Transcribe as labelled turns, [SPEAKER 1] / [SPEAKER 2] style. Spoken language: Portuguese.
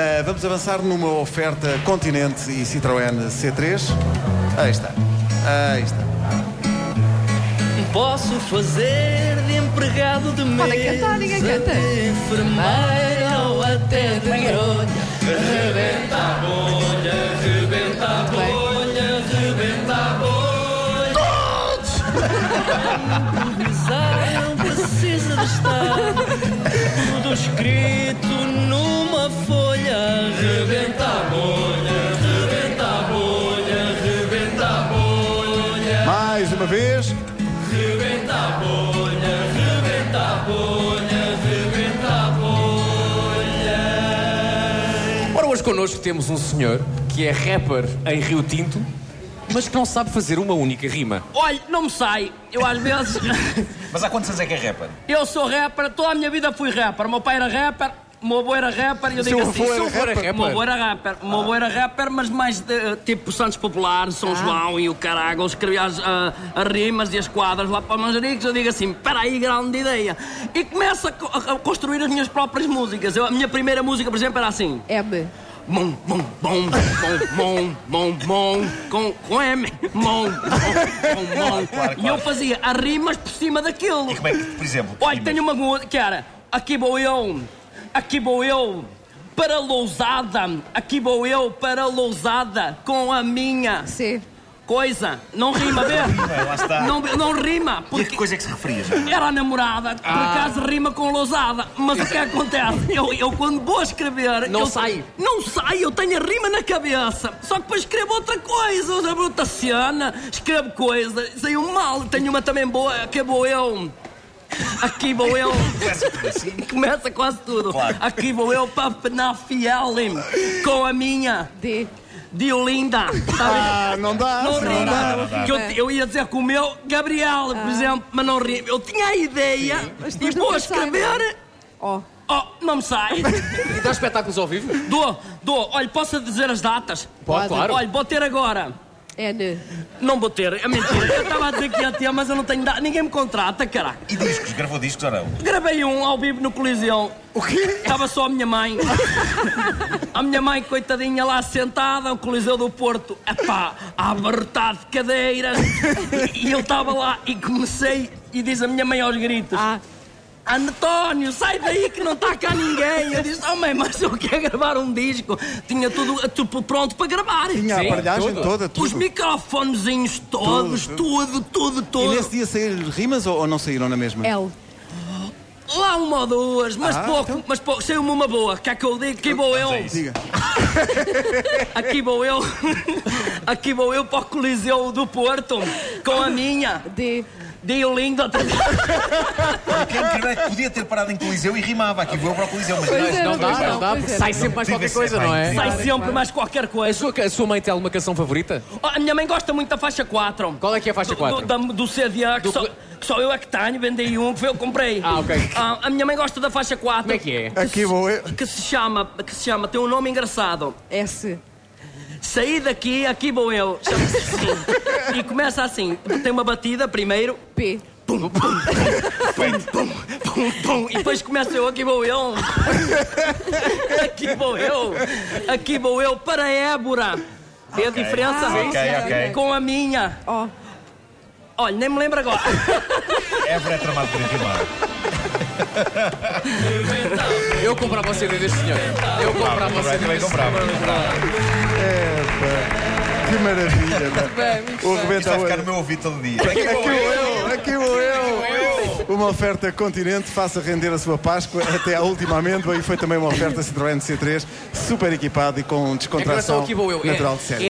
[SPEAKER 1] Eh, vamos avançar numa oferta Continente e Citroën C3. Aí está. Aí está.
[SPEAKER 2] Posso fazer de empregado de mesa
[SPEAKER 3] Podem cantar, ninguém canta.
[SPEAKER 2] De enfermeira ou até de grolha Rebenta a bolha, rebenta a bolha, rebenta a bolha Todos! não precisa de estar Tudo escrito numa folha Rebenta a bolha, rebenta a bolha, rebenta a bolha
[SPEAKER 1] Mais uma vez.
[SPEAKER 2] Rebenta a bolha, rebenta a bolha, rebenta a bolha.
[SPEAKER 4] Ora, hoje connosco temos um senhor que é rapper em Rio Tinto, mas que não sabe fazer uma única rima.
[SPEAKER 2] Olha, não me sai. Eu às vezes.
[SPEAKER 5] Mas há quantos anos é que é rapper?
[SPEAKER 2] eu sou rapper, toda a minha vida fui rapper. O meu pai era rapper. O meu avô era rapper e eu digo
[SPEAKER 1] Seu
[SPEAKER 2] assim:
[SPEAKER 1] avô era
[SPEAKER 2] "Seu avô
[SPEAKER 4] rapper?"
[SPEAKER 2] O meu avô era rapper, o meu avô era rapper, mas mais de, tipo Santos Popular, São João e o caralho. Ele escrevia as, ah, as rimas e as quadras lá para Manjericos. Eu digo assim: peraí, grande ideia. E começo a, co- a construir as minhas próprias músicas. Eu- a minha primeira música, por exemplo, era assim:
[SPEAKER 3] M.
[SPEAKER 2] Mom, mom, mom, mom, mom, mom, mom, com, com M. Mom, mom, mom, mom.
[SPEAKER 5] Claro, claro.
[SPEAKER 2] E eu fazia as rimas por cima daquilo.
[SPEAKER 5] E como é que, por exemplo.
[SPEAKER 2] Olha, tenho uma música que era Aqui vou eu, aqui vou eu para Lousada, aqui vou eu para Lousada com a minha
[SPEAKER 3] C.
[SPEAKER 2] coisa. Não rima, vê?
[SPEAKER 5] Bem, lá está.
[SPEAKER 2] Não, não
[SPEAKER 5] E
[SPEAKER 2] rima,
[SPEAKER 5] a que
[SPEAKER 2] porque
[SPEAKER 5] coisa é que se referia já?
[SPEAKER 2] era a namorada, por acaso rima com lousada, mas o que acontece? Eu, eu quando vou escrever.
[SPEAKER 4] Não
[SPEAKER 2] eu-
[SPEAKER 4] sai.
[SPEAKER 2] Não sai, eu tenho a rima na cabeça. Só que depois escrevo outra coisa, eu abro outra cena, escrevo coisa, saiu mal. Tenho uma também boa, acabou eu. Aqui vou eu.
[SPEAKER 5] Começa por assim.
[SPEAKER 2] Começa quase tudo.
[SPEAKER 5] Claro.
[SPEAKER 2] Aqui vou eu para Penafiel com a minha
[SPEAKER 3] D.
[SPEAKER 2] Diolinda. Sabes?
[SPEAKER 1] Ah, não dá.
[SPEAKER 2] Não
[SPEAKER 1] senhor, não dá.
[SPEAKER 2] rima. Que eu, eu ia dizer com o meu Gabriel, por exemplo, mas não rima. Eu tinha a ideia
[SPEAKER 3] Ah. Mas
[SPEAKER 2] e
[SPEAKER 3] depois
[SPEAKER 2] vou
[SPEAKER 3] nunca sai, não é?
[SPEAKER 2] escrever.
[SPEAKER 3] O.
[SPEAKER 2] Oh, não me sai.
[SPEAKER 4] E dá espetáculos ao vivo?
[SPEAKER 2] dou, dou. Olha, posso dizer as datas?
[SPEAKER 4] Pode, claro.
[SPEAKER 2] Olha, vou ter agora.
[SPEAKER 3] N.
[SPEAKER 2] Não vou ter, é mentira. Eu estava a dizer que ia ter, mas eu não tenho data. Ninguém me contrata, caraca.
[SPEAKER 5] E discos? Gravou discos ou não?
[SPEAKER 2] Gravei um ao vivo no Coliseu.
[SPEAKER 1] O quê?
[SPEAKER 2] Estava só a minha mãe. A minha mãe, coitadinha, lá sentada, o Coliseu do Porto, epá, a abarrotar de cadeiras. E eu estava lá e comecei, e diz a minha mãe aos gritos:
[SPEAKER 3] A.
[SPEAKER 2] António, sai daí que não está cá ninguém. Eu disse: Oh, mãe, mas eu quero gravar um disco. Tinha tudo tipo, pronto para gravar.
[SPEAKER 1] Tinha a
[SPEAKER 4] Sim,
[SPEAKER 1] aparelhagem
[SPEAKER 4] tudo.
[SPEAKER 1] toda, tudo.
[SPEAKER 2] Os microfonezinhos todos, tudo, tudo,
[SPEAKER 1] E
[SPEAKER 2] tudo.
[SPEAKER 1] nesse dia saíram rimas ou, ou não saíram na mesma?
[SPEAKER 3] L.
[SPEAKER 2] Lá uma ou duas, mas
[SPEAKER 1] Ah,
[SPEAKER 2] pouco,
[SPEAKER 1] então.
[SPEAKER 2] mas pouco. Saiu-me uma boa, que é que eu digo, que vou eu.
[SPEAKER 1] Diga.
[SPEAKER 2] Aqui vou eu, aqui vou eu para o Coliseu do Porto com a minha.
[SPEAKER 3] D.
[SPEAKER 2] Dei-o lindo outra vez.
[SPEAKER 5] Porque é incrível é que podia ter parado em Coliseu e rimava. Aqui vou eu para o Coliseu, mas
[SPEAKER 3] Pois
[SPEAKER 5] não.
[SPEAKER 3] é.
[SPEAKER 4] não, dá,
[SPEAKER 3] pois
[SPEAKER 4] não,
[SPEAKER 3] não,
[SPEAKER 4] dá,
[SPEAKER 3] pois
[SPEAKER 4] porque
[SPEAKER 3] é.
[SPEAKER 4] sai sempre mais
[SPEAKER 5] Não,
[SPEAKER 4] qualquer
[SPEAKER 5] diga-se,
[SPEAKER 4] coisa,
[SPEAKER 5] vai,
[SPEAKER 4] não é?
[SPEAKER 5] diga-se.
[SPEAKER 2] Sai sempre mais qualquer
[SPEAKER 4] A
[SPEAKER 2] coisa.
[SPEAKER 4] sua, a sua mãe tem alguma canção favorita?
[SPEAKER 2] Oh, a minha mãe gosta muito da faixa 4.
[SPEAKER 4] Qual é que é a faixa
[SPEAKER 2] Do-
[SPEAKER 4] 4?
[SPEAKER 2] Do, da- do CDA, que,
[SPEAKER 4] Do
[SPEAKER 2] só,
[SPEAKER 4] cl-
[SPEAKER 2] que só eu é que tenho, vendei um, que foi eu que comprei.
[SPEAKER 4] Ah, ok.
[SPEAKER 2] Ah, a minha mãe gosta da faixa 4.
[SPEAKER 4] Como é que é?
[SPEAKER 1] Aqui vou eu.
[SPEAKER 2] Que se chama, que se chama, tem um nome engraçado.
[SPEAKER 3] S.
[SPEAKER 2] Saí daqui, aqui vou eu. Chama-se assim. e começa assim, tem uma batida primeiro.
[SPEAKER 3] P.
[SPEAKER 2] Pum, pum, pum, pum, pum, pum. E depois começa eu, aqui vou eu. Aqui vou eu. Aqui vou eu para a Ébora. Vê a diferença?
[SPEAKER 3] Ah,
[SPEAKER 5] Ok,
[SPEAKER 3] sim,
[SPEAKER 5] ok.
[SPEAKER 2] Com a minha.
[SPEAKER 3] O.
[SPEAKER 2] Olha, nem me lembro agora.
[SPEAKER 5] Évora é tramado por rimar.
[SPEAKER 4] Eu comprava o CD deste senhor. Eu comprava o
[SPEAKER 5] Também,
[SPEAKER 4] CD
[SPEAKER 5] também
[SPEAKER 4] deste
[SPEAKER 5] comprava.
[SPEAKER 4] senhor.
[SPEAKER 1] Epa, que maravilha. mano. o
[SPEAKER 5] Isto
[SPEAKER 1] rebenta
[SPEAKER 5] vai ficar
[SPEAKER 1] hoje.
[SPEAKER 5] no meu ouvido todo dia.
[SPEAKER 1] Aqui vou eu, aqui vou eu. Uma oferta Continente, faça render a sua Páscoa até à última amêndoa e foi também uma oferta Citroën C3, super equipado e com
[SPEAKER 4] É que não é só
[SPEAKER 1] descontração
[SPEAKER 4] aqui vou eu. é-
[SPEAKER 1] natural de série.